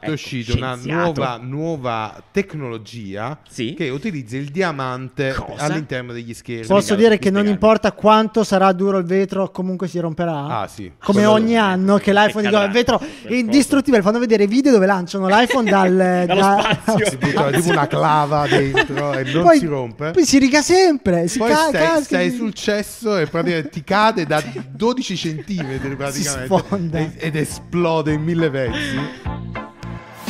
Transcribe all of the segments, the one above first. è uscita una nuova, nuova tecnologia Sì. che utilizza il diamante Cosa? all'interno degli schermi. Posso spiegare, dire mi che non spiegare. importa quanto sarà duro il vetro, comunque si romperà. Ah, sì. Come Quello- ogni anno che l'iPhone E dico, cadrà. il vetro è Per indistruttibile, fanno vedere i video dove lanciano l'iPhone dal Dallo spazio. Si butta tipo una clava dentro e non si rompe. Poi si riga sempre, si Poi ca- stai, casca, stai si- sul cesso e praticamente ti cade da 12 centimetri Si praticamente sfonda. e- ed esplode in mille pezzi.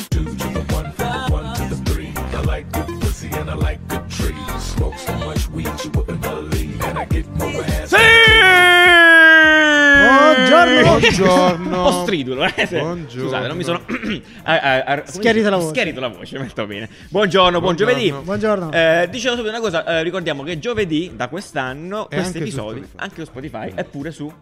Two to the one, from the one to the three. I like good pussy and I like good tree. Smoke so much weed you wouldn't believe, and I get more ass. Buongiorno. Buongiorno. Un po' stridulo, eh. Buongiorno. Scusate, non mi sono. Ah, ah, ah, come Schiarita dice? la voce. Schiarita la voce, molto bene. Buongiorno, buon Buongiorno. giovedì. Buongiorno. Eh, dicevo subito una cosa, eh, ricordiamo che giovedì da quest'anno È questi anche su episodi, Spotify. Esatto. anche su Spotify, è pure su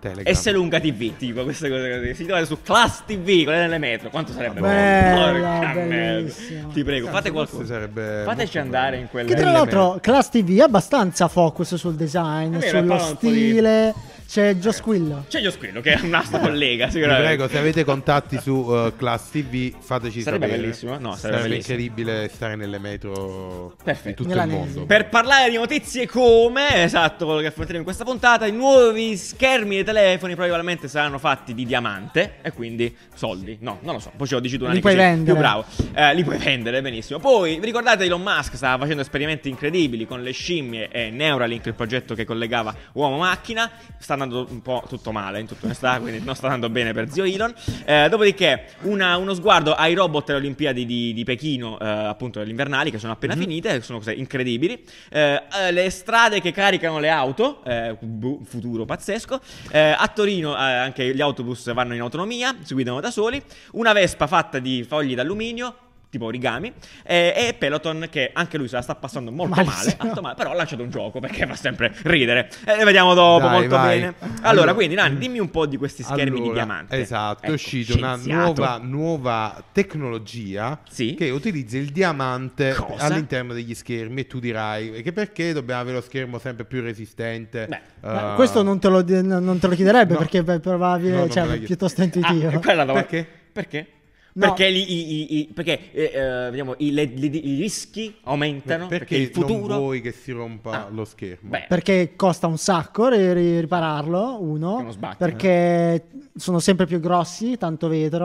Telegram. S Lunga TV, tipo queste cose così. Si trova su Class TV, quelle nelle metro. Quanto sarebbe Bella, bello? Porca merda. bellissimo. Ti prego, fate Cazzo, qualcosa. questo sarebbe molto Fateci andare bello. in quelle Che tra Elemento. l'altro Class TV è abbastanza focus sul design, È vero, sullo parla un po' di- stile. C'è Eh. Gio Squillo. C'è io Squillo, che è un nostro collega, Vi sicuramente. prego, se avete contatti su eh, Class TV, fateci Sarebbe sapere. bellissimo, no, sarebbe bellissimo. incredibile stare nelle metro Perfetto. di tutto Nella il neve. mondo. Per parlare di notizie come, esatto, quello che affronteremo in questa puntata, i nuovi schermi dei telefoni probabilmente saranno fatti di diamante e quindi soldi. No, non lo so, poi ce lo dici tu Li Nani, puoi che sei vendere. Più bravo. Eh, li puoi vendere, benissimo. Poi, vi ricordate Elon Musk stava facendo esperimenti incredibili con le scimmie e Neuralink, il progetto che collegava uomo-macchina. Sta andando un po' tutto male, in tutta onestà, quindi non sta andando bene per zio Elon. Eh, dopodiché, una- uno sguardo ai robot alle Olimpiadi di, di Pechino, eh, appunto, delle invernali, che sono appena Mm-hmm. finite, sono cose incredibili. Eh, eh, le strade che caricano le auto, eh, boh, futuro pazzesco. Eh, a Torino eh, anche gli autobus vanno in autonomia, si guidano da soli. Una Vespa fatta di fogli d'alluminio. Tipo origami eh, e Peloton che anche lui se la sta passando molto male, Malissimo. tanto male, però ha lanciato un gioco perché fa sempre ridere. Eh, ne vediamo dopo Dai, molto vai. bene. Allora, Allora- quindi Nani, dimmi un po' di questi schermi di Allora, diamante. Esatto, è Ecco, uscita una scienziato. nuova, nuova tecnologia Sì. che utilizza il diamante Cosa? all'interno degli schermi e tu dirai che perché dobbiamo avere lo schermo sempre più resistente. Beh, Ma eh, questo non te lo, di- no- non te lo chiederebbe No. perché è probabile, No, non cioè, me la è chiedo. piuttosto Ah, intuitivo. quella è la domanda. Perché? Perché? No. Perché, gli- i- i- i- perché, eh, eh, vediamo, i, le- le- i rischi aumentano perché, perché, il futuro... non vuoi che si rompa Ah. lo schermo? Beh, Perché costa un sacco ri- ri- ripararlo, Che uno. non sbatti, eh. Perché sono sempre più grossi, tanto vetro.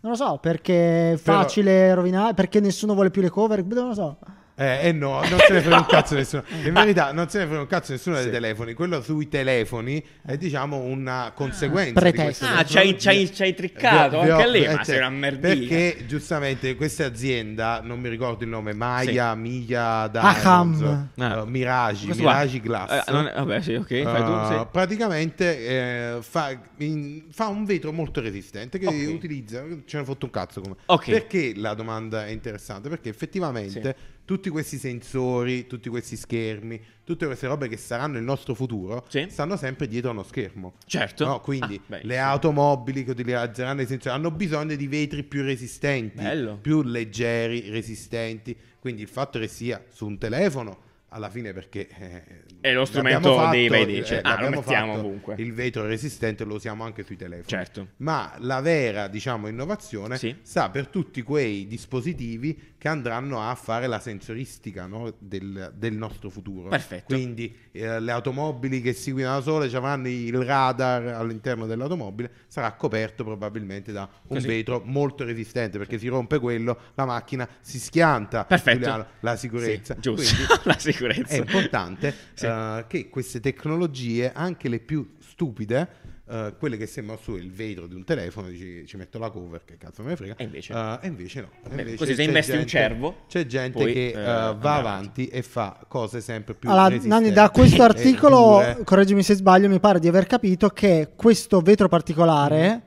Non lo so, perché è Però- facile rovinare, perché nessuno vuole più le cover, non lo so. Eh, eh no, non se ne frega un cazzo nessuno. In verità, non se ne frega un cazzo nessuno dei Sì. telefoni. Quello sui telefoni è, diciamo, una conseguenza. di Ah, pretesto. questa Ah, c'hai- tecnologia. c'hai- c'hai triccato Vi ho- anche lì, eh, ma sei una merdina. Perché giustamente questa azienda, non mi ricordo il nome, Maya, Miglia, Aham. Diamonds, Ah. eh, Mirage, Questo qua- Mirage Glass. Eh, non è- vabbè, sì, ok, fai tu, Eh, sì. Praticamente eh, fa, in- fa un vetro molto resistente che Ok. utilizza. Ce ne ho fatto un cazzo. Come. Ok. Perché la domanda è interessante? Perché effettivamente tutti questi sensori, tutti questi schermi, tutte queste robe che saranno il nostro futuro Sì. stanno sempre dietro a uno schermo. Certo. No, quindi Ah, beh, le sì. automobili che utilizzeranno i sensori hanno bisogno di vetri più resistenti, Bello. più leggeri, resistenti. Quindi il fatto che sia su un telefono. Alla fine perché eh, È lo strumento l'abbiamo dei fatto, bei dieci. eh, Ah, lo l'abbiamo mettiamo fatto, ovunque. Il vetro resistente lo usiamo anche sui telefoni. Certo. Ma la vera, diciamo, innovazione Sì. sta per tutti quei dispositivi che andranno a fare la sensoristica no, del, del nostro futuro. Perfetto. Quindi eh, le automobili che si guidano da sole ci avranno il radar all'interno dell'automobile, sarà coperto probabilmente da un Così. vetro molto resistente perché si rompe quello, la macchina si schianta. Perfetto. Giuliano, la sicurezza. Sì, giusto. Quindi la sicurezza. è importante Sì. eh, che queste tecnologie, anche le più stupide, eh, quelle che sembrano su il vetro di un telefono, dici ci metto la cover, che cazzo me ne frega. E invece? Eh, e invece no. E Beh, invece certo. così se c'è investi un gente- cervo, C'è gente poi, che eh, eh, andrà va avanti. avanti e fa cose sempre più Allora, resistenti Nanni, da questo e articolo, dure. correggimi se sbaglio, mi pare di aver capito che questo vetro Mm. particolare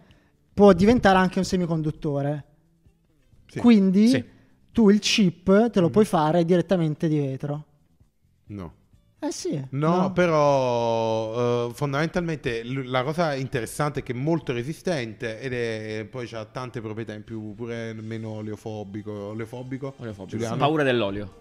può diventare anche un semiconduttore. Sì. Mm. Quindi Sì. tu il chip te lo puoi fare direttamente di vetro. No. Eh, Eh sì. No, però eh, fondamentalmente l- la cosa interessante è che è molto resistente ed è poi ha tante proprietà in più, pure meno oleofobico. Oleofobico? Giuliano? Paura dell'olio.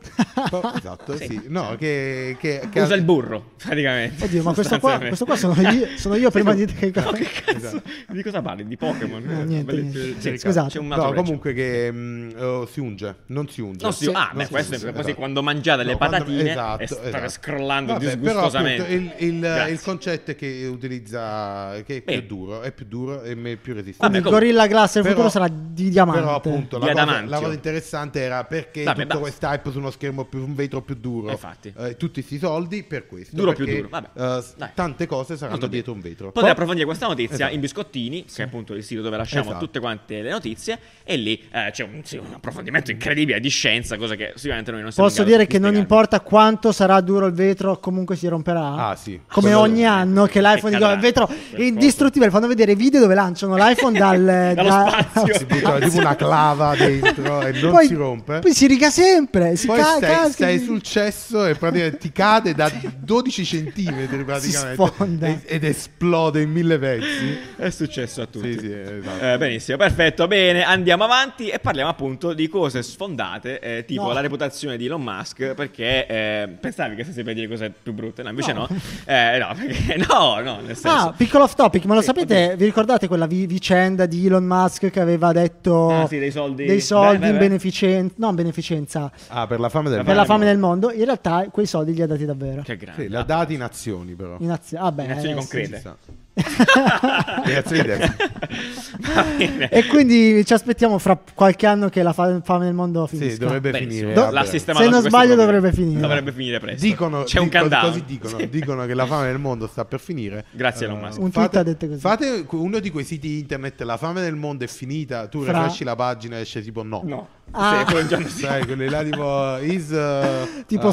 Pa- esatto, Sì. sì. No, che, che- che- Usa il burro, praticamente. Oddio, ma questo qua- Sostanzialmente. questo qua sono io- sono io prima di te che- No, che cazzo? Esatto. Di cosa parli? Di Pokémon? No, niente, Beh, niente. sì, Sì, C'è scusate. un altro No, regio. comunque che mm, eh, si unge, non si unge. No, sì, Sì. Non ah, beh, si questo è unge, così esatto. quando mangiate le No, quando- patatine esatto, e state esatto. scrollando Vabbè, disgustosamente. Però, appunto, il, il, Grazie. il concetto è che utilizza che è più Bene. duro, è più duro e me- più resistente. Quindi Vabbè, il comunque. Gorilla Glass del Ecco, Però- futuro sarà di diamante. Però appunto Di la cosa, adamantio. la cosa interessante era perché Vabbè, tutto basta. questo hype su uno schermo più un vetro più duro. Eh, infatti. Eh, tutti questi soldi per questo. Duro perché, più duro, vabbè. eh, s- Dai. tante cose saranno Molto bene. dietro un vetro. Potete approfondire questa notizia Esatto. in Biscottini, che è appunto il sito dove lasciamo Esatto. tutte quante le notizie, e lì eh, c'è un, sì, un approfondimento incredibile di scienza, cosa che sicuramente noi non siamo Posso in grado dire di che non spiegarvi. importa quanto sarà duro il vetro, comunque si romperà. Ah, sì. Come Quello- ogni anno che l'iPhone E dicono cadrà, il vetro per è indistruttibile. Fanno vedere i video dove lanciano l'iPhone dal, Dallo da- Ah, spazio. Si butta tipo una clava dentro e non poi, si rompe. Poi si riga sempre. Si Poi ca- stai, casca, stai si- sul cesso e praticamente ti cade da 12 centimetri sfonda. praticamente e- ed esplode in mille pezzi. È successo a tutti. Sì, sì, esatto. Eh, benissimo, perfetto, bene, andiamo avanti e parliamo appunto di cose sfondate, eh, tipo No. la reputazione di Elon Musk, perché eh, pensavi che stessi per dire cose più brutte, no, invece no. No. Eh, no, perché no, no, nel senso... Ah, piccolo off topic, ma lo Sì, sapete? Vi ricordate quella vi- vicenda di Elon Musk che aveva detto Ah, sì, dei soldi- dei Beh, soldi beh, in beh. beneficenza, no, in beneficenza Ah, per la fame del per la mondo. fame nel mondo? In realtà quei soldi li ha dati davvero. Che grande. Sì, l'ha dati in azioni però. In azioni, vabbè, Cioè, In azioni eh, sì. concrete. Ci sta. In azioni diverse. Va bene. E quindi ci aspettiamo fra qualche anno che la fa- fame nel mondo finisca. Sì, dovrebbe Benissimo. finire. Do- vabbè. L'ha sistemato Se non questo sbaglio problema. dovrebbe finire. Dovrebbe finire presto. Dicono, C'è un dico- countdown. Così dicono, Sì. dicono che la fame del mondo sta per finire. Grazie, Elon Eh, Musk. Un tweet ha detto così. Fate uno di quei siti internet, la fame del mondo è finita, tu Fra- refresci la pagina e esce tipo no. Cioè, No. Ah. Sì, quel giorno sì. Sai, quelle là tipo is eh, Tipo eh,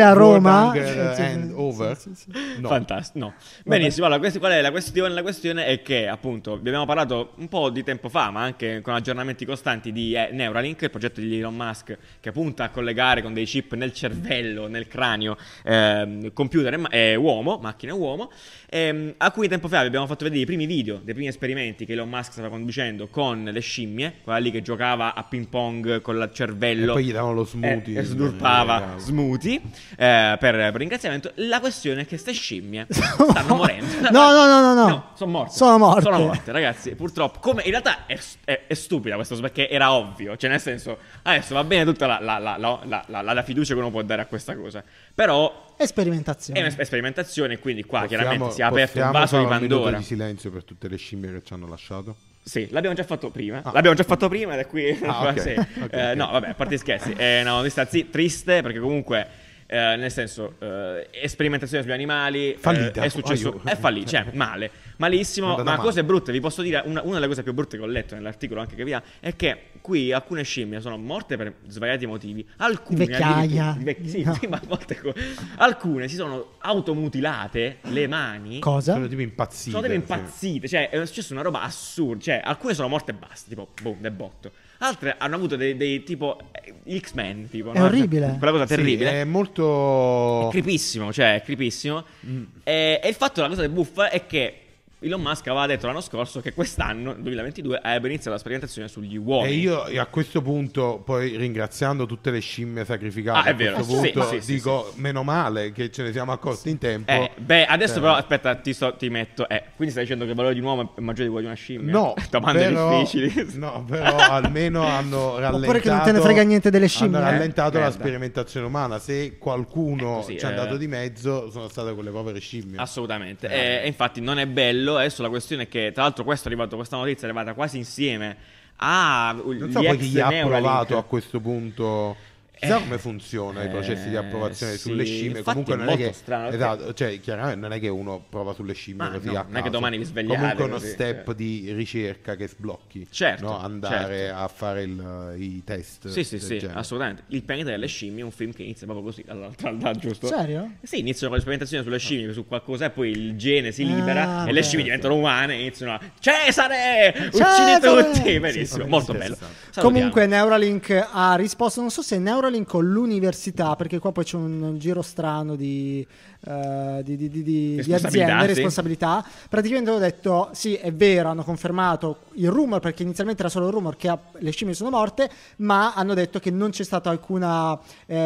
hung- a Roma. world hunger Sì, sì, and sì, over. sì, sì. No. Fantastico. No. Benissimo, allora questi- qual è la questione? La questione è che appunto vi abbiamo parlato un po' di tempo fa, ma anche con aggiornamenti costanti di eh, Neuralink, il progetto di Elon Musk che punta a collegare con dei chip nel cervello, nel cranio, ehm, computer e ma- e uomo, macchina e uomo, ehm, a cui tempo fa vi abbiamo fatto vedere i primi video, dei primi esperimenti che Elon Musk stava conducendo con le scimmie, quella lì che giocava a ping pong con il E cervello. poi gli davano lo Eh, smoothie. e Eh, snurpava bravo. smoothie eh, per, per ringraziamento. La questione è che ste scimmie stanno morendo. No, no, no, no, no. sono morte. Sono morte. Sono morte, ragazzi. Purtroppo, come in realtà è, è- è stupida questa cosa perché era ovvio. Cioè, nel senso, adesso va bene tutta la, la- la- la- la- la- la fiducia che uno può dare a questa cosa. Però E è sperimentazione. una sperimentazione, quindi qua Possiamo- chiaramente si è aperto un possiamo vaso di fare un minuto Pandora. di silenzio per tutte le scimmie che ci hanno lasciato. Sì, l'abbiamo già fatto prima. Ah. L'abbiamo già fatto prima ed è qui. Ah, ok. Sì. Ok, Eh, ok. No, vabbè, a parte gli scherzi. Eh, È una notizia zi- triste perché comunque. eh, nel senso, eh, sperimentazione sugli animali eh, Fallita. è successo, Aiuto. è fallito, cioè male, malissimo. Andata Ma male. cose brutte, vi posso dire: una, una delle cose più brutte che ho letto nell'articolo anche che vi ha è che qui alcune scimmie sono morte per svariati motivi. Alcune Vecchiaia. addirittura- vec- sì, No. sì, ma a volte co- alcune si sono automutilate le mani Cosa? Sono tipo impazzite. sono delle sì. impazzite, cioè è successa una roba assurda, cioè alcune sono morte e basta, tipo boom, del botto. Altre hanno avuto dei, dei tipo eh, gli X-Men, tipo. È orribile. Quella cosa Sì, terribile. è È molto creepissimo, cioè è creepissimo. Mm. E, e il fatto, la cosa buffa è che Elon Musk aveva detto l'anno scorso che quest'anno, 2022, avrebbe iniziato la sperimentazione sugli uomini. E io a questo punto, poi ringraziando tutte le scimmie sacrificate, Ah, è a questo vero, sì, punto sì, sì, dico meno male che ce ne siamo accorti in tempo. Eh, beh, adesso Eh, però, aspetta, ti, sto- ti metto. Eh, quindi stai dicendo che il valore di un uomo è maggiore di quello di una scimmia? No, domande però, difficili. No, però almeno hanno rallentato. Oppure che non te ne frega niente delle scimmie. Hanno Eh, rallentato la merda. sperimentazione umana. Se qualcuno Eh, così, ci è eh. andato di mezzo, sono state quelle povere scimmie. Assolutamente. Eh, E, vabbè. e infatti non è bello. Adesso la questione è che, tra l'altro, questo è arrivato, questa notizia è arrivata quasi insieme a non gli so poi chi ex gli ha Neuralink. approvato a questo punto. Chissà Eh. come funziona i processi di Eh, approvazione sì, sulle scimmie. infatti Comunque è non molto è che strano, perché- esatto, cioè, chiaramente non è che uno prova sulle scimmie Ma così no, a non è che caso. domani vi svegliate Comunque è uno così, step cioè. di ricerca che sblocchi. Certo, no? Andare certo. a fare il- i test. Sì, sì, del sì, genere. assolutamente. Il pianeta delle scimmie è un film che inizia proprio così, dal, dal- dal- giusto? Serio? Sì, iniziano con l'esperimentazione sulle scimmie, su qualcosa, e poi il gene si Ah, libera e ok. le scimmie diventano umane e iniziano a Cesare! Uccidi Cesare! tutti! Sì, Benissimo, sì, molto sì, bello. sì, sì. Salutiamo. Comunque Neuralink ha risposto, non so se Neuralink Neuralink con l'università, perché qua poi c'è un giro strano di, eh, di, di, di- di- di Responsabilità, aziende, sì. responsabilità. Praticamente ho detto, sì, è vero, hanno confermato il rumor, perché inizialmente era solo il rumor che ah, le scimmie sono morte, ma hanno detto che non c'è stato alcuna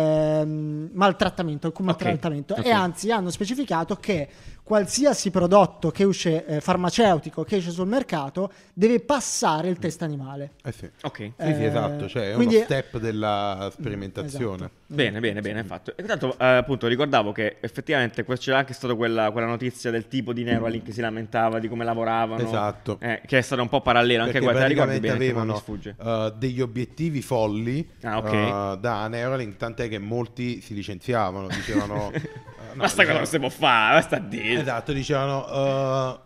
ehm, maltrattamento, alcun Ok, maltrattamento. ok. E anzi hanno specificato che qualsiasi prodotto che esce, eh, farmaceutico che esce sul mercato, deve passare il test animale. Eh sì. Ok. Sì, sì, Eh, esatto, cioè è quindi- uno step della sperimentazione. Esatto. Bene, bene, bene, fatto. E tanto eh, appunto ricordavo che effettivamente que- c'era anche stata quella, quella notizia del tipo di Neuralink che si lamentava di come lavoravano. Esatto. Eh, che è stata un po' parallela anche Perché quella, te la ricordi praticamente bene? che non mi avevano sfugge. eh, degli obiettivi folli Ah, ok. eh, da Neuralink, tant'è che molti si licenziavano, dicevano... eh, no, basta cosa dicevano- non si può fare, basta dire. Esatto, dicevano... eh,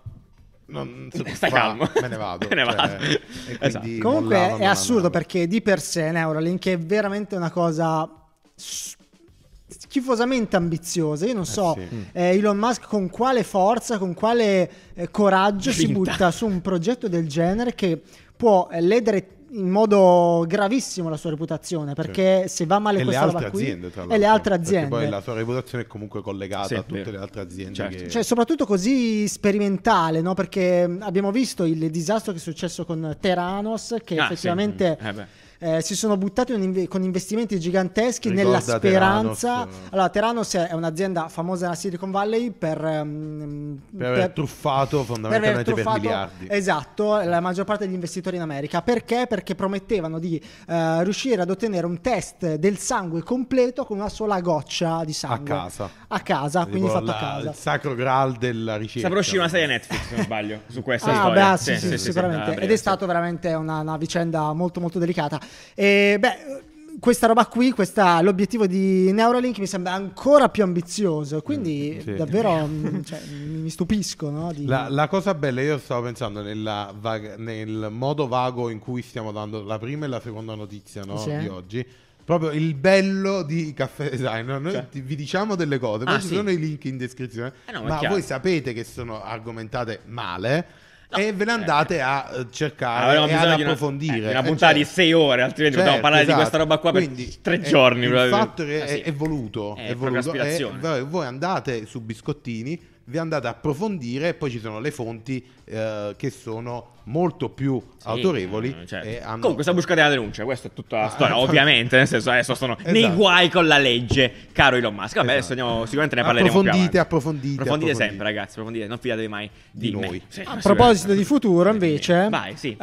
non si può Stai fare, calmo. Me ne vado. Me ne cioè, vado. e quindi Esatto. Comunque mollavano è la assurdo nave. perché di per sé Neuralink è veramente una cosa s- schifosamente ambiziosa. Io non so sì. Mm. eh, Elon Musk con quale forza, con quale eh, coraggio si Grinta. butta su un progetto del genere che può eh, ledere in modo gravissimo la sua reputazione perché se va male Certo. e le questa roba altre qui aziende, tra l'altro. e le altre perché Poi la aziende sua reputazione è comunque collegata Sì, a tutte vero. le altre aziende. Certo. Che... cioè, soprattutto così sperimentale, no? Perché mm, abbiamo visto il disastro che è successo con Teranos, che Ah, sì. effettivamente Eh, beh. Eh, si sono buttati un inve- con investimenti giganteschi Ricorda nella speranza. Theranos, eh. Allora, Teranos è un'azienda famosa nella Silicon Valley per, ehm, per aver truffato fondamentalmente per, truffato, miliardi. Esatto, la maggior parte degli investitori in America. Perché? Perché promettevano di eh, riuscire ad ottenere un test del sangue completo con una sola goccia di a sangue. casa. A casa, Tipo quindi fatto la- a casa. Il sacro graal della ricerca. Saprà uscire certo. una serie Netflix, se non sbaglio, su questa Ah, storia. beh, sì, sì, sicuramente. ah, breve, Ed è sì. stata veramente una, una vicenda molto, molto delicata. E beh. Questa roba qui, questa- l'obiettivo di Neuralink mi sembra ancora più ambizioso, quindi Mm, sì. davvero mm, cioè, mi mi stupisco. No? di- La, la cosa bella, io stavo pensando nella vag- nel modo vago in cui stiamo dando la prima e la seconda notizia no, Sì. di oggi. Proprio il bello di Caffè Designer. Noi Cioè. ti- vi diciamo delle cose, poi Ah, ci sì. sono i link in descrizione. Eh no, ma è ma chiaro. voi sapete che sono argomentate male. No, E ve ne eh. andate a eh, cercare Avevamo e ad bisogno di una- approfondire. eh, di una Eh, puntata di certo. sei ore, altrimenti Certo, potevamo parlare di esatto. questa roba qua per Quindi, tre eh, giorni, Il probabilmente. fatto che Eh, sì. è, è voluto, Eh, è voluto. procrastinazione. Eh, voi- voi andate su Biscottini, vi andate a approfondire e poi ci sono le fonti eh, che sono molto più Sì, autorevoli. eh, certo. e hanno- Comunque sta buscate la denuncia, questa è tutta la Ah, storia, esatto. ovviamente, nel senso adesso sono nei Esatto. guai con la legge, caro Elon Musk. Vabbè, adesso Esatto. andiamo, sicuramente ne parleremo Approfondite, più avanti. approfondite, approfondite approfondite. sempre, ragazzi, approfondite, non fidatevi mai di, Di me. noi. Sì, A sicuramente. proposito di futuro, invece, Vai, sì.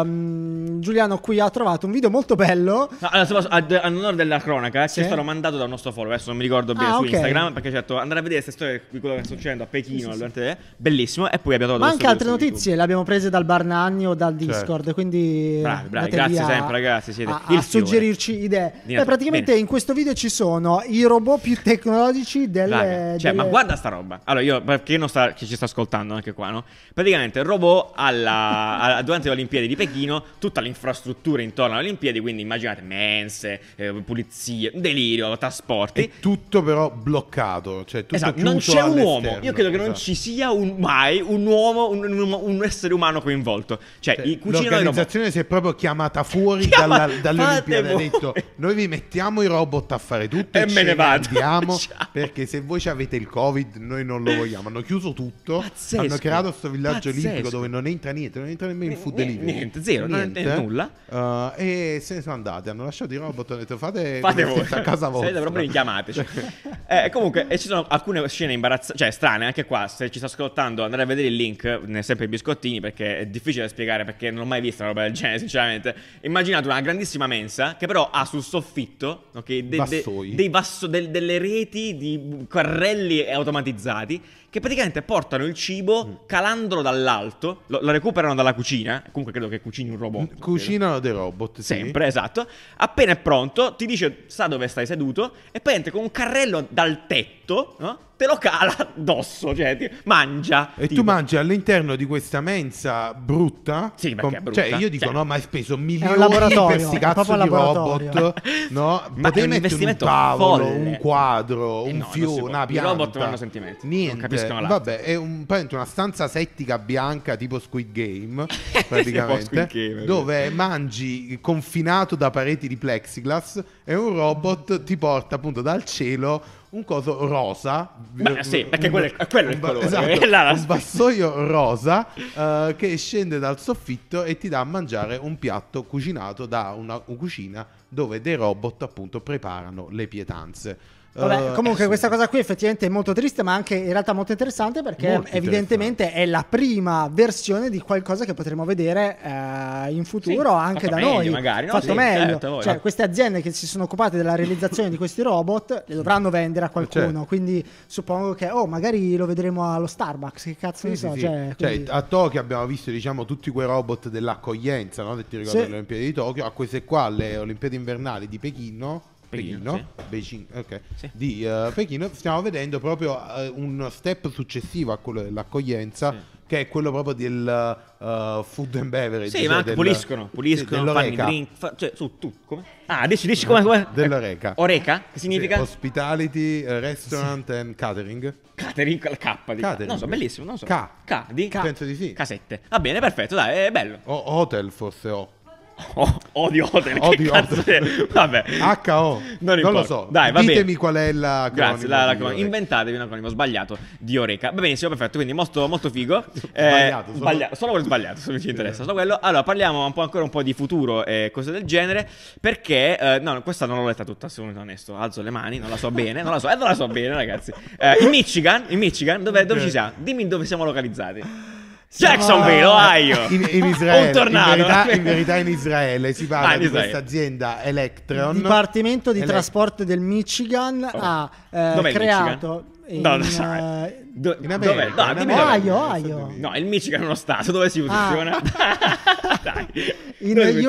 ehm, Giuliano qui ha trovato un video molto bello. No, allora, se posso- ad- ad onore della cronaca, Sì. ci è stato mandato da un nostro follower. Adesso non mi ricordo bene Ah, su ok. Instagram. Perché, certo, andare a vedere queste storie di quello che sta succedendo a Pechino. durante- Bellissimo. E poi abbiamo trovato Ma anche questo altre video su YouTube. notizie le abbiamo prese dal Barnagni o dal Certo. Discord, quindi Bravi, bravi, andate grazie lì a- sempre, ragazzi, siete a, il a fiore. suggerirci idee. Di Beh, natura. praticamente Bene. in questo video ci sono i robot più tecnologici del Raga, cioè, ma delle- guarda sta roba. Allora, io, per chi, non sta, chi ci sta ascoltando anche qua, no? Praticamente, robot alla, alla- durante le Olimpiadi di Pechino, tutta l'infrastruttura intorno alle Olimpiadi, quindi immaginate mense, eh, pulizie, delirio, trasporti. È tutto però bloccato, cioè tutto Esatto, chiuso non c'è un all'esterno. uomo. Io credo che non Esatto. ci sia un- mai un uomo, un, un- un essere umano coinvolto. Cioè, Cioè, i cucinano i robot. l'organizzazione si è proprio chiamata fuori Chiama- dalla, dalle fate Olimpiadi. Ha voi. detto: Noi vi mettiamo i robot a fare tutto E e, me ce ne vado." diciamo." andiamo. Ciao. Perché se voi ci avete il COVID, noi non lo vogliamo. Hanno chiuso tutto. Pazzesco. Hanno creato questo villaggio Pazzesco. olimpico dove non entra niente, non entra nemmeno il food Niente, delivery. niente, zero, non entra nulla. Uh, e se ne sono andati. Hanno lasciato i robot. Hanno detto: Fate, Fate come voi. siete a casa vostra. Siete proprio chiamateci. Eh, comunque, e ci sono alcune scene imbarazzanti, cioè strane, anche qua. Se ci sta ascoltando, andate a vedere il link, eh, sempre i biscottini, perché è difficile da spiegare, perché non ho mai visto una roba del genere, sinceramente. Immaginate una grandissima mensa, che però ha sul soffitto, ok, de- de- Vassoi. dei vasso- del- delle reti di carrelli automatizzati, che praticamente portano il cibo calandolo dall'alto, lo, lo recuperano dalla cucina, comunque credo che cucini un robot. credo. Cucinano dei robot. sì. Boh, Sempre, esatto. Appena è pronto, ti dice sa dove stai seduto e prende con un carrello dal tetto. fritto, no? te lo cala addosso, cioè ti- mangia. E tipo. tu mangi all'interno di questa mensa brutta? Sì, perché è brutta. Cioè, io dico, Cioè- no, ma hai speso milioni per laboratorio, questi è cazzo proprio di un laboratorio. robot, no? è un Potevi mettere un investimento tavolo, folle. un quadro, Eh un no, non si fiore, può. una I pianta. robot non hanno sentimenti, non Niente. capiscono l'arte. Vabbè, è un- praticamente una stanza settica bianca tipo Squid Game, Sì, un po' praticamente, Squid Game, dove mangi confinato da pareti di plexiglass e un robot ti porta appunto dal cielo un coso rosa. Ma sì, perché quello è- quello è il un ba- colore. esatto, Là la un sp- vassoio rosa eh, che scende dal soffitto e ti dà a mangiare un piatto cucinato da una cucina dove dei robot appunto preparano le pietanze. Vabbè, Eh, comunque sì. questa cosa qui effettivamente è molto triste, ma anche in realtà molto interessante perché Molto evidentemente è la prima versione di qualcosa che potremo vedere eh, in futuro Sì, anche fatto da meglio noi. magari, no? fatto Sì, meglio. certo, a voglia. cioè, queste aziende che si sono occupate della realizzazione di questi robot le dovranno vendere Eh, a qualcuno, Certo. quindi suppongo che oh, magari lo vedremo allo Starbucks, che cazzo Sì, ne sì, so, sì. cioè, Cioè, quindi- a Tokyo abbiamo visto diciamo tutti quei robot dell'accoglienza, no? Se ti ricordi Sì. le Olimpiadi di Tokyo, a queste qua le Olimpiadi invernali di Pechino. Pechino, Pechino, Beijing, ok. Sì. Di eh, Pechino stiamo vedendo proprio eh, un step successivo a quello dell'accoglienza, che è quello proprio del eh, food and beverage. Sì, cioè ma anche del- puliscono, sì, puliscono, fanno i dell'oreca. drink, fa- cioè su tu, come? Ah, dici, dici come, come? Dell'oreca. Oreca? Che Sì, significa? hospitality, eh, restaurant and catering. Catering al K di Catering. No, so, bellissimo, non so. K. K di K. Penso di sì. Casette. Va bene, perfetto, dai, è bello. O- hotel forse ho. Oh, odio hotel, O che di cazzo hotel. è? Vabbè. HO. Non, Non, importa. lo so. Dai, va bene. Ditemi qual è la Grazie, la, la- acronimo di Oreca. inventatevi un acronimo sbagliato di Oreca. Va benissimo, perfetto, quindi molto, molto figo. Sbagliato, solo- Eh. sbagliato, solo quello sbagliato, se mi ci interessa, solo quello. Allora, parliamo un po' ancora un po' di futuro e cose del genere, perché eh, no, questa non l'ho letta tutta, sono onesto, alzo le mani, non la so bene, non la so, eh, non la so bene, ragazzi. Eh, in Michigan, in Michigan, dove, dove Ok. ci siamo? Dimmi dove siamo localizzati. Siamo- Jacksonville, Ohio. In, in Ho Israele, un in tornado. verità, in verità in Israele si parla Ah, in di Israele. questa azienda Electron. Dipartimento di Ele- trasporto del Michigan ha eh, Dov'è il creato Michigan? No, in, lo sai. eh, Do- In America, dov'è? No, in dimmi America. dov'è. Ohio, Ohio. No, il Michigan è uno stato dove si funziona. Dai. in Dove si-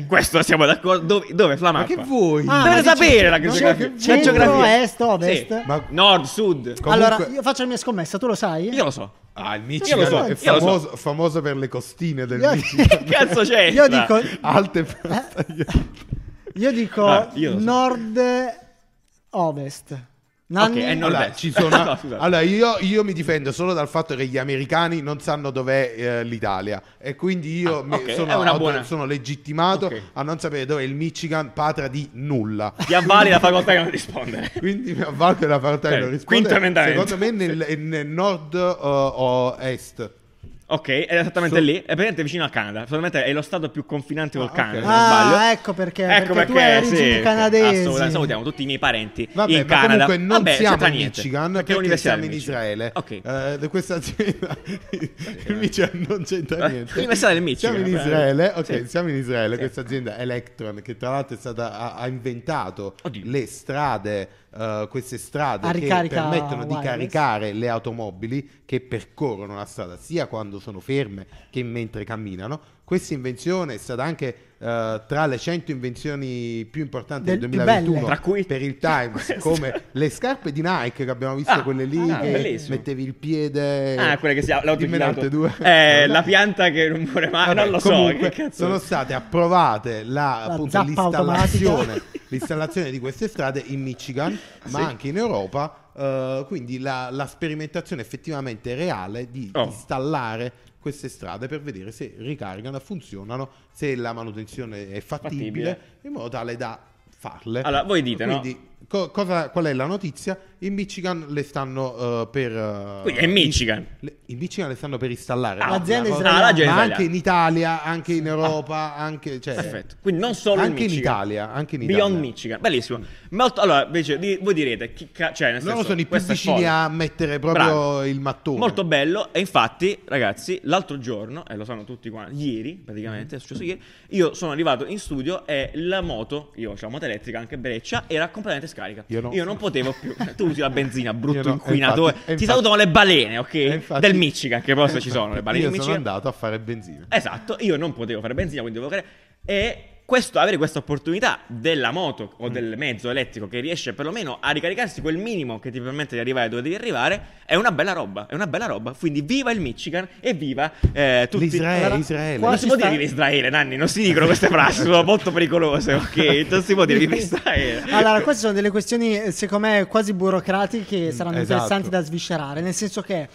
USA. Questo siamo d'accordo. Dove, dove la Ma mappa? che vuoi? Ah, Dovete ma dici- sapere la non so geografia. che- La centro, geografia. est, ovest? Ma- Nord, sud. Comunque- Allora, io faccio la mia scommessa, tu lo sai? Io lo so. Ah, il Io Michigan lo so, è io lo so. famoso, famoso per le costine del Io- Eh? Michigan. Che cazzo c'è? Io dico, Alte e io dico Ah, io lo so. nord-ovest. Nanni? Ok, è nord- Allora, Nord-est. ci sono- No, scusate. allora, io, io mi difendo solo dal fatto che gli americani non sanno dov'è eh, l'Italia e quindi io Ah, mi- ok, è sono, una auto- buona- sono legittimato Ok. a non sapere dov'è il Michigan, patria di nulla. Ti avvali la facoltà che non rispondere. Quindi mi avvalgo della facoltà Beh, che non risponde. quinto emendamento. Secondo me nel, nel nord eh, o est. Ok, è esattamente So- lì. È praticamente vicino al Canada. Solamente è lo stato più confinante col Ah, Canada. ok. se non sbaglio. Ah, ecco perché, perché tu hai origini sì, canadesi. Assolutamente. Salutiamo tutti i miei parenti Vabbè, in ma Canada. comunque non Vabbè, siamo c'entra in niente, Michigan perché, l'università siamo in Israele. Ok. Eh, questa azienda il Michigan non c'entra niente. Eh, l'università del Michigan, Siamo in vabbè. Israele, ok, Sì. siamo in Israele. Sì. Questa azienda Electron che tra l'altro è stata ha, ha inventato Oddio. le strade eh, queste A strade che ricarica permettono di wireless. caricare le automobili che percorrono la strada sia quando sono ferme che mentre camminano. Questa invenzione è stata anche eh, tra le 100 invenzioni più importanti del, Del- più belle. 2021 Tra cui- per il Times, Questa. come le scarpe di Nike che abbiamo visto, Ah, quelle lì ah, che bellissimo. mettevi il piede. Ah, quelle che si Dimmene altre due. Eh, la pianta che non muore mai, Vabbè, non lo so. Che comunque, cazzo sono state approvate la, La appunto, zappa l'installazione, automatica. l'installazione di queste strade in Michigan, ma Sì. anche in Europa. eh, quindi la, la sperimentazione effettivamente reale di Oh. installare queste strade per vedere se ricaricano, funzionano, se la manutenzione è fattibile, Fattibile. in modo tale da farle. Allora, voi dite, no? Quindi, co- cosa- qual è la notizia? In Michigan le stanno eh, per. eh, Quindi è in Michigan. le- in Michigan le stanno per installare. Ah, L'azienda Ma- israeliana. Ah, l'azienda Ma anche israeliana. in Italia, anche in Europa, anche. Cioè, Perfetto. Quindi non solo anche in in Michigan. Italia, anche in Beyond Italia. Michigan, bellissimo. Molto- allora, invece, di- voi direte, chi ca- cioè, nel Loro senso, sono i più questa è vicini folle. a mettere proprio Bravo. il mattone. Molto bello. E infatti, ragazzi, l'altro giorno, e lo sanno tutti qua, ieri praticamente, è successo ieri, io sono arrivato in studio e la moto, io ho la moto elettrica anche Breccia, era completamente scarica. Io no. non potevo più. Cioè, tu usi la benzina, brutto Io no, inquinatore. e infatti- e Ti infatti- salutano le balene, ok? E infatti- Del Michigan, che poi se ci Infatti, sono le balene Io del sono Michigan. Eh, andato a fare benzina. Esatto, io non potevo fare benzina, quindi dovevo creare. E questo, avere questa opportunità della moto o del mezzo elettrico che riesce perlomeno a ricaricarsi quel minimo che ti permette di arrivare dove devi arrivare, è una bella roba, è una bella roba. Quindi viva il Michigan e viva eh, tutti L'Israele, Allora, Israele. qua non si ci può sta- dire viva Israele, Nanni, non si dicono queste frasi, sono molto pericolose, ok? Non si può dire viva Israele. Allora, queste sono delle questioni, eh, secondo me, quasi burocratiche che saranno esatto. interessanti da sviscerare, nel senso che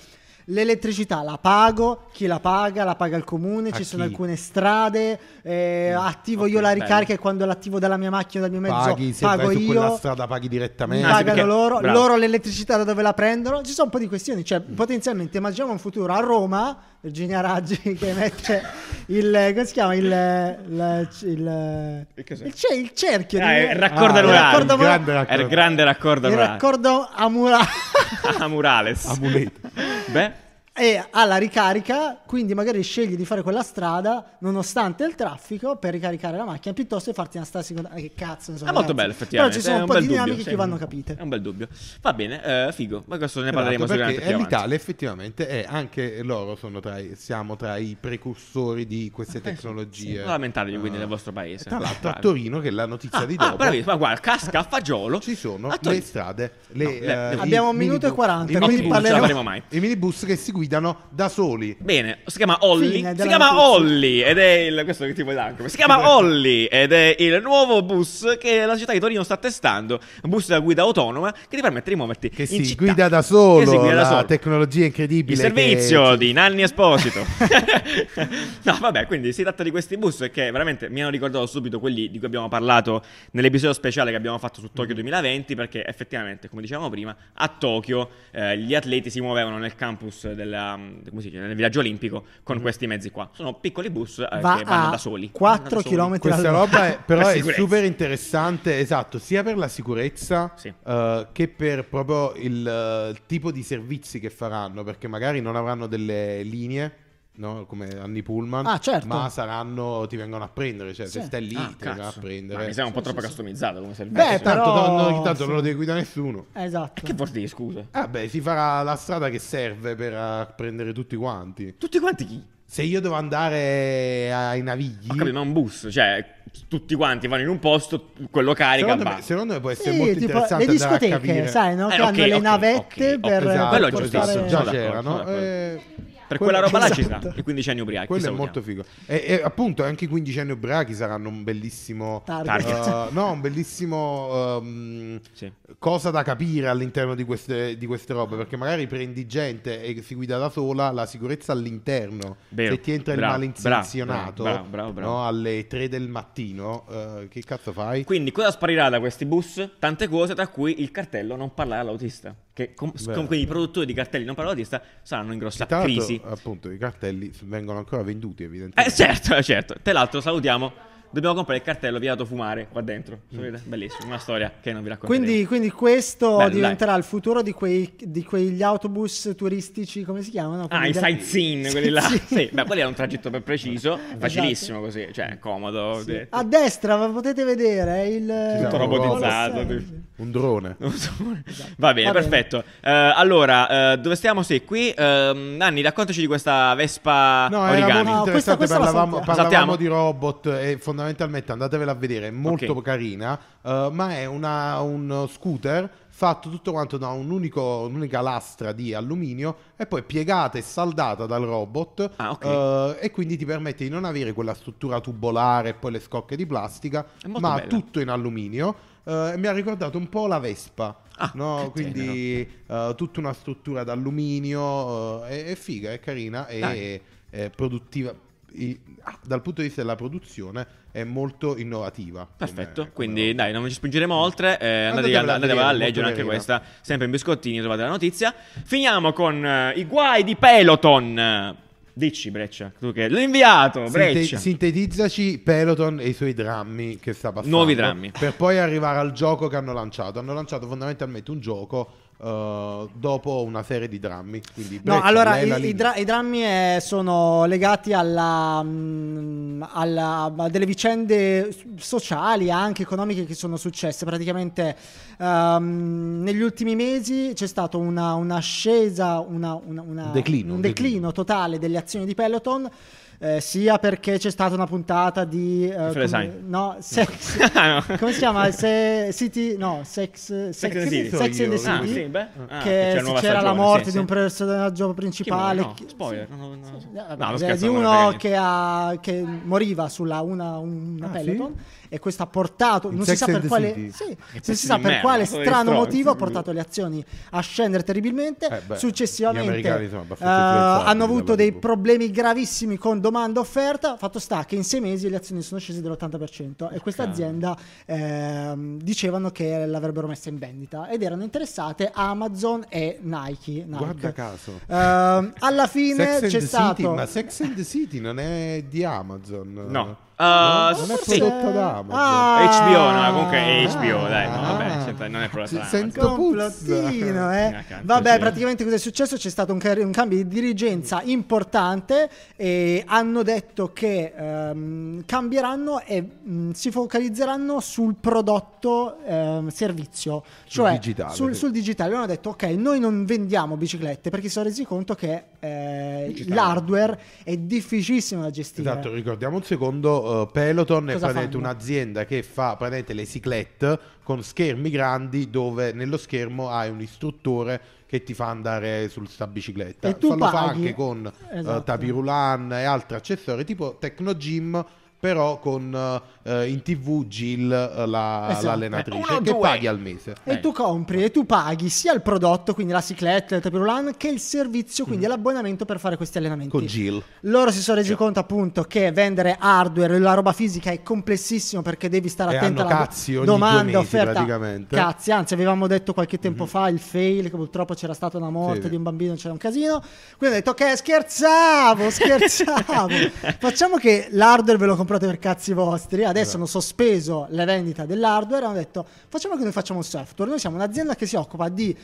l'elettricità la pago, chi la paga? La paga il comune, A ci sono chi? Mm, alcune strade, eh, attivo ok, io la bello. ricarica e quando l'attivo dalla mia macchina, dal mio mezzo, Paghi, se pago vai su quella io. strada paghi Mi direttamente. Ah, sì, pagano perché- loro, bravo. Mm. loro l'elettricità da dove la prendono? Ci sono un po' di questioni, cioè potenzialmente immaginiamo un futuro a Roma, Virginia Raggi che mette il, come si chiama, il, il, il- Il cos'è? il ce- il cerchio, Ah, il raccordo Ah, anulare. il raccordo anulare. grande Era il raccordo. grande raccordo il anulare. raccordo a mura- a Murales. Amuleto. Beh, e alla ricarica, quindi magari scegli di fare quella strada nonostante il traffico per ricaricare la macchina piuttosto che farti una strada secondaria. Che cazzo, insomma. è molto ragazzi. bello effettivamente. Però ci sono è un po' bel di dinamiche dubbio, che sì. vanno capite. È un bel dubbio. Va bene, eh, figo. Ma questo ne Esatto, parleremo perché sicuramente più è avanti. l'Italia effettivamente è anche loro sono tra i, siamo tra i precursori di Eh, queste tecnologie. Non lamentatevi quindi Ah. del vostro paese. E Tra l'altro a Bravi. Torino che è la notizia Ah, di ah, dopo. bravissimo. Ma guarda, casca a fagiolo. ci sono A Torino. le strade. le, No, le- eh, Abbiamo i un minuto e minibus- 40, i No, quindi minibus- sì, Non ce la parleremo- faremo mai. I minibus che si guidano da soli. Bene, si chiama Olli. Fine Si della chiama notizia. Olli ed è il. Questo è il tipo d'acqua. Si chiama Esatto. Olli ed è il nuovo bus che la città di Torino sta testando. Un bus da guida autonoma che ti permette di muoverti. Che in si città. guida da solo. Che si guida la da solo. tecnologia incredibile. Il che- servizio di Nanni Esposito. no, vabbè, quindi si tratta di questi bus che veramente mi hanno ricordato subito quelli di cui abbiamo parlato nell'episodio speciale che abbiamo fatto su Tokyo 2020, perché effettivamente, come dicevamo prima, a Tokyo eh, gli atleti si muovevano nel campus della, mm, come si dice, nel villaggio olimpico con questi mezzi qua. Sono piccoli bus eh, Va che vanno a da soli. 4 Vanno da soli. km Questa all'ora. roba è, però Per è sicurezza. super interessante, esatto, sia per la sicurezza Sì. eh, che per proprio il eh, tipo di servizi che faranno, perché magari non avranno delle linee. no? come Anni Pullman, Ah, certo. ma saranno ti vengono a prendere, cioè se Sì. stai lì Ah, ti vengono a cazzo. prendere. Ma mi sembra un po' Sì, troppo sì, sì. customizzato come servizio. Beh, Eh, tanto, però- no, no, tanto sì. non lo deve guidare nessuno. Eh, Esatto. Che vuol dire, scusa? Ah, beh, si farà la strada che serve per eh, prendere tutti quanti. Tutti quanti chi? Se io devo andare eh, ai navigli, Ho capito, ma è un bus, cioè tutti quanti vanno in un posto, quello carica e secondo va. me, secondo me può essere Sì, molto tipo interessante le andare a discoteche, capire. sai, no? Eh, Che ok, hanno le ok, navette ok, per ok. Esatto, Quello è portare- giustissimo, già sono d'accordo, sono c'erano. d'accordo. eh, cioè, Per quella roba là ci sta, Esatto. i quindicenni ubriachi. Quello è salutiamo. molto figo. E, e, appunto anche i quindicenni ubriachi saranno un bellissimo. Target. Target. eh, no, un bellissimo. ehm, Sì. Cosa da capire all'interno di queste, di queste robe? Perché magari prendi gente e si guida da sola, la sicurezza all'interno. Vero, Se ti entra bravo, il malintenzionato bravo, bravo, bravo, bravo. no, alle 3 del mattino, eh, che cazzo fai? Quindi cosa sparirà da questi bus? Tante cose, tra cui il cartello non parlare all'autista. Che com- Vero. com- quindi i produttori di cartelli non parlare all'autista saranno in grossa Tra l'altro, crisi. appunto, i cartelli vengono ancora venduti, Eh evidentemente. certo, eh, certo. Tra l'altro salutiamo. Dobbiamo comprare il cartello vietato fumare qua dentro. Sapete? Bellissimo, una storia che non vi racconteremo. Mm. Quindi, quindi questo Bello, dai. diventerà il futuro di, quei, di quegli autobus turistici, come si chiamano? Ah, Quelli i del- sightseeing, quelli là. Sì, Sì, sì. beh, quello era un tragitto per preciso, facilissimo così, cioè comodo. Sì. eh, A destra v- potete vedere il Tutto robotizzato, Colosseo. sì. Un drone. non so. Va bene, Esatto. Va bene. perfetto. Eh, allora, eh, dove stiamo? Sì, qui. Ehm, Nanni, raccontaci di questa Vespa No, era origami. molto No, questa- interessante, questa la parlavamo, saltiamo. parlavamo Saltiamo? di robot e fondamentalmente andatevela a vedere, è molto Ok. carina, eh, ma è una- un scooter fatto tutto quanto da un unico- un'unica lastra di alluminio e poi piegata e saldata dal robot Ah, ok. eh, e quindi ti permette di non avere quella struttura tubolare e poi le scocche di plastica, È molto ma bella. tutto in alluminio. Eh, mi ha ricordato un po' la Vespa, Ah, no? che quindi eh, tutta una struttura d'alluminio, eh, è, è figa, è carina e Dai. è produttiva i- ah, dal punto di vista della produzione è molto innovativa. Perfetto, come- come quindi roba. dai, non ci spingeremo oltre. eh, andate, Andatevela a andate vedere, a molto leggere anche carina. questa. Sempre in biscottini, trovate la notizia. Finiamo con eh, i guai di Peloton. Dici, Breccia, tu che l'ho inviato, Sinte- Breccia. sintetizzaci Peloton e i suoi drammi che sta passando. Nuovi drammi. Per poi arrivare al gioco che hanno lanciato. Hanno lanciato fondamentalmente un gioco eh, dopo una serie di drammi. Quindi No, Breccia, allora Ecco, lei la i, i linea. dra- i drammi eh, sono legati alla, mm, alla- a delle vicende s- sociali, anche economiche che sono successe. Praticamente ehm, negli ultimi mesi c'è stata una, un'ascesa, una- una- una- Un declino, un un declino declino. totale delle azioni di Peloton. eh, eh, sia perché c'è stata una puntata di... eh, Free Design. no, sex... Ah, no. Come si chiama? Se- City... No, Sex... Sex, and the City. Sex and the Ah, City. sì, beh. Ah, che c'è la se nuova c'era la stagione, morte sì, di un sì. personaggio Chi muore? principale. No, Chi- spoiler. sì. No, no, no. Sì, No, vabbè, lo di- scherzo, di non me ne frega uno niente. che, ha- che moriva sulla una, una Ah, Peloton e questo ha In portato non si Sex sa and per the quale, City. sì, non pezzo si di sa per merda, quale sono strano stronzi. motivo ha portato le azioni a scendere terribilmente Eh, beh, gli successivamente americani sono abbastanza diciamo, eh, influenzabili hanno avuto dalla dei TV. problemi gravissimi con domanda e offerta fatto sta che in sei mesi le azioni sono scese dell'80% e questa azienda ehm, dicevano che l'avrebbero messa in vendita ed erano interessate a Amazon e Nike, Nike. Guarda caso. Ehm, alla fine Sex and c'è the City, stato ma Sex and the City non è di Amazon. No, Ah, non è sì. prodotto da Amazon. HBO, no, comunque è HBO, Ah. dai, no, vabbè, Ah. senta, non è proprio Se- strano. sento- Complottino, eh. Accanto, Vabbè, sì. praticamente cosa è successo? C'è stato un, car- un cambio di dirigenza importante e hanno detto che ehm, cambieranno e mh, si focalizzeranno sul prodotto ehm, servizio, cioè digitale, sul, sì. sul digitale. Loro hanno detto ok, noi non vendiamo biciclette perché si sono resi conto che eh, Digitale. l'hardware è difficilissimo da gestire. Esatto, ricordiamo un secondo, eh, Peloton è eh. Cosa praticamente fanno? un'azienda che fa praticamente le ciclette con schermi grandi dove nello schermo hai un istruttore che ti fa andare su sta bicicletta. E tu Fa- lo fa paghi. anche con Esatto. eh, tapirulan e altri accessori tipo Tecnogym però con eh, in tv Jill eh, la- Esatto. l'allenatrice Eh, Uno, che due. paghi al mese. E Eh. tu compri e tu paghi sia il prodotto, quindi la cicletta, il tapirulan, che il servizio, quindi l'abbonamento per fare questi allenamenti. Con Jill. Loro si sono resi conto appunto che vendere hardware e la roba fisica è complessissimo perché devi stare E attento hanno alla cazzi ogni domanda, due mesi, offerta. praticamente. Mhm. Cazzi, anzi avevamo detto qualche tempo fa il fail che purtroppo c'era stata una morte Sì. di un bambino, c'era un casino. Quindi ho detto ok, scherzavo, scherzavo. Facciamo che l'hardware ve lo comprate per cazzi vostri. Esatto. Adesso hanno sospeso le vendite dell'hardware, hanno detto facciamo che noi facciamo il software. Noi siamo un'azienda che si occupa di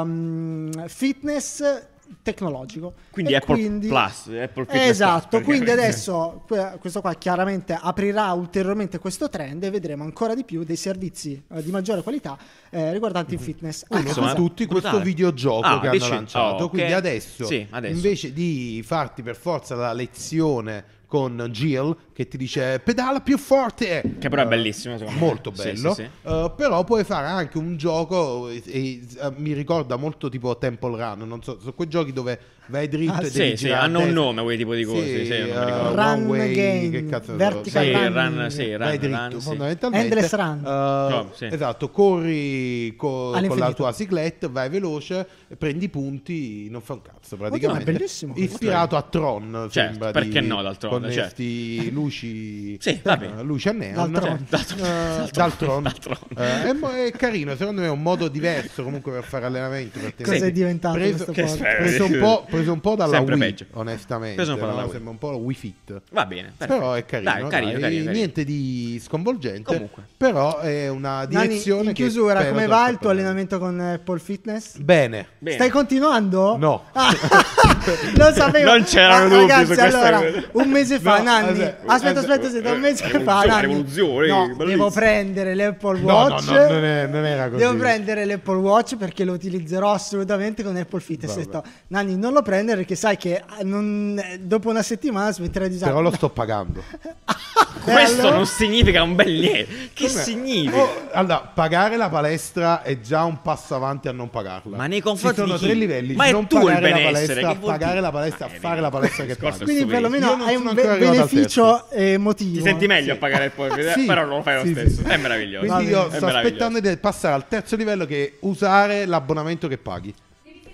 ehm, fitness tecnologico Quindi E Apple Plus, Apple Fitness esatto Plus, quindi praticamente. adesso que- questo qua chiaramente aprirà ulteriormente questo trend e vedremo ancora di più dei servizi eh, di maggiore qualità eh, riguardanti il fitness Uno Mm-hmm. Insomma, su eh, tutti questo brutale. videogioco Ah, che hanno dici- lanciato. oh, ok. Quindi adesso, Sì, adesso. invece di farti per forza la lezione con Jill che ti dice pedala più forte, Che però è Eh, bellissimo, secondo me. molto Sì, bello. sì, sì. Eh, però puoi fare anche un gioco. eh, eh, eh, mi ricorda molto tipo Temple Run. Non so, sono quei giochi dove vai dritto Ah, e sì, devi sì, girare a hanno un destra. nome quei tipi di cose, sì, non mi eh, ricordo. One Run Way, Game, che cazzo Vertical Sì, Sì, Run. run, sì, run, vai dritto, run, sì. fondamentalmente Endless run. eh, No, sì. esatto corri co- con All'infinito. la tua cicletta vai veloce prendi i punti non fa un cazzo praticamente ma è bellissimo questo. ispirato a Tron Certo, sembra perché di- no, d'altronde, con certo. questi luci Sì, va bene. eh, luci a neon D'altronde. Certo. Eh, D'altronde. d'altronde. D'altronde. Eh, è, mo- è carino secondo me è un modo diverso comunque per fare allenamento per Cosa tenere- è diventato preso, questo podcast? Eh, preso un po', preso un po' dalla Sempre Wii peggio. onestamente Preso un po' no? dalla Wii. sembra un po' la Wii Fit Va bene, perfetto. però è carino, Dai, carino, dai, carino, carino. niente di sconvolgente. Comunque. Però è una Nani, direzione in che chiusura spero come torni va a il tuo prendere. allenamento con Apple Fitness? Bene. Bene. Stai continuando? No. Ah, lo sapevo. Non c'erano dubbi su ragazzi, questa allora, cosa. un mese fa, No, Nanni. aspetta, Aspetta, aspetta. eh, aspetta, aspetta, un mese Rivoluzione, fa, Nanni. rivoluzione, No, bellissimo. devo prendere l'Apple No, Watch. no, no, non, è- non era così. Devo prendere l'Apple Watch perché lo utilizzerò assolutamente con Apple Fitness. Ho Vabbè. detto, Nanni, non lo prendere perché sai che ah, non- dopo una settimana smetterai di usare. Però lo sto pagando. Questo Allora? non significa un bel niente. Che Com'è? significa? Oh, allora, pagare la palestra è già un passo avanti a non pagarla. Ma nei confronti Ci sono di chi? tre livelli: Ma è non tu il pagare la benessere, palestra, che vuol pagare dire? la palestra, Ma è fare vero, la palestra che questo paga. discorso Quindi Io Stupendo. perlomeno non hai sono un ancora be- arrivato al beneficio eh, emotivo. Ti senti meglio a pagare il polvere, Sì. però non lo fai lo Sì, stesso. sì. È meraviglioso. Quindi È io sto meraviglioso. aspettando di passare al terzo livello che è usare l'abbonamento che paghi.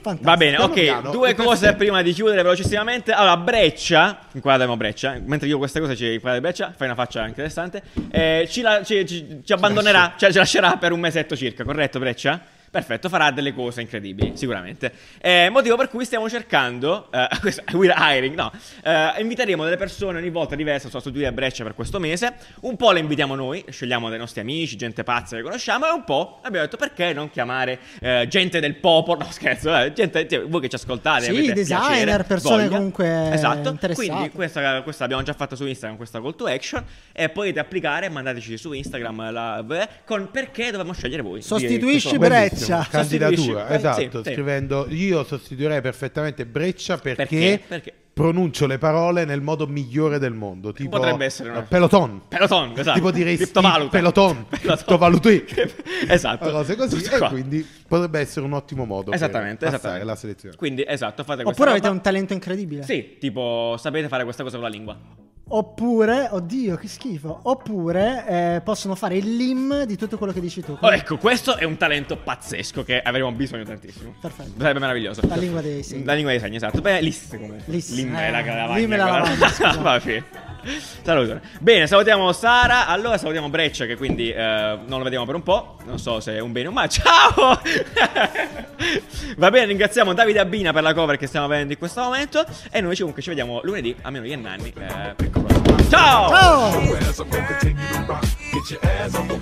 Fantastico. Va bene, Piano ok, piano. due Questa- cose prima di chiudere velocissimamente. Allora, Breccia, qua la abbiamo Breccia, eh. mentre io queste cose ci parlo di Breccia, fai una faccia interessante, eh, ci, la- ci- ci- ci abbandonerà, cioè ci lascerà per un mesetto circa, corretto Breccia? Perfetto, farà delle cose incredibili, sicuramente. Eh, motivo per cui stiamo cercando, eh, questo- we're hiring, no, eh, inviteremo delle persone ogni volta diverse a sostituire Breccia per questo mese, un po' le invitiamo noi, scegliamo dai nostri amici, gente pazza che conosciamo, e un po' abbiamo detto perché non chiamare eh, gente del popolo, no scherzo, eh, gente, cioè, voi che ci ascoltate, Sì, avete designer, piacere, persone voglia. comunque esatto. interessate. Quindi questa, questa l'abbiamo già fatta su Instagram, questa call to action, e potete applicare, mandateci su Instagram la, beh, con perché dovremmo scegliere voi. Sostituisci Di- questo- Bellissimo. Breccia. Candidatura, Sostituisci- esatto. sì, sì. Scrivendo io sostituirei perfettamente Breccia perché, Perché? Perché? pronuncio le parole nel modo migliore del mondo. Tipo, Potrebbe essere una- eh, Peloton. Peloton, esatto. Tipo direi Criptovaluta. sti- Peloton. Peloton. Criptovalutui. esatto. Cose così. Tutto E qua. quindi potrebbe essere un ottimo modo per Esattamente, passare esattamente. la selezione. Quindi, esatto, fate questa Oppure avete roba. un talento incredibile. Sì, tipo, sapete fare questa cosa con la lingua. Oppure, oddio, che schifo. Oppure eh, possono fare il lim di tutto quello che dici tu. Oh, ecco, questo è un talento pazzesco che avremo bisogno tantissimo. Perfetto. Sarebbe meraviglioso. La lingua dei segni. La lingua dei segni, esatto. Beh, list come. Lis. Lim Eh, è la lavagna. Lim è la quella- lavagna, scusa. Va bene. Saluto. Bene, salutiamo Sara. Allora salutiamo Breccia che quindi eh, non lo vediamo per un po'. Non so se è un bene o un male. Ciao! Va bene, ringraziamo Davide Abbina per la cover che stiamo avendo in questo momento. E noi comunque ci vediamo lunedì, almeno io e Nanni. eh, per Ciao! Ciao! As I'm gonna continue to rock, get your ass on the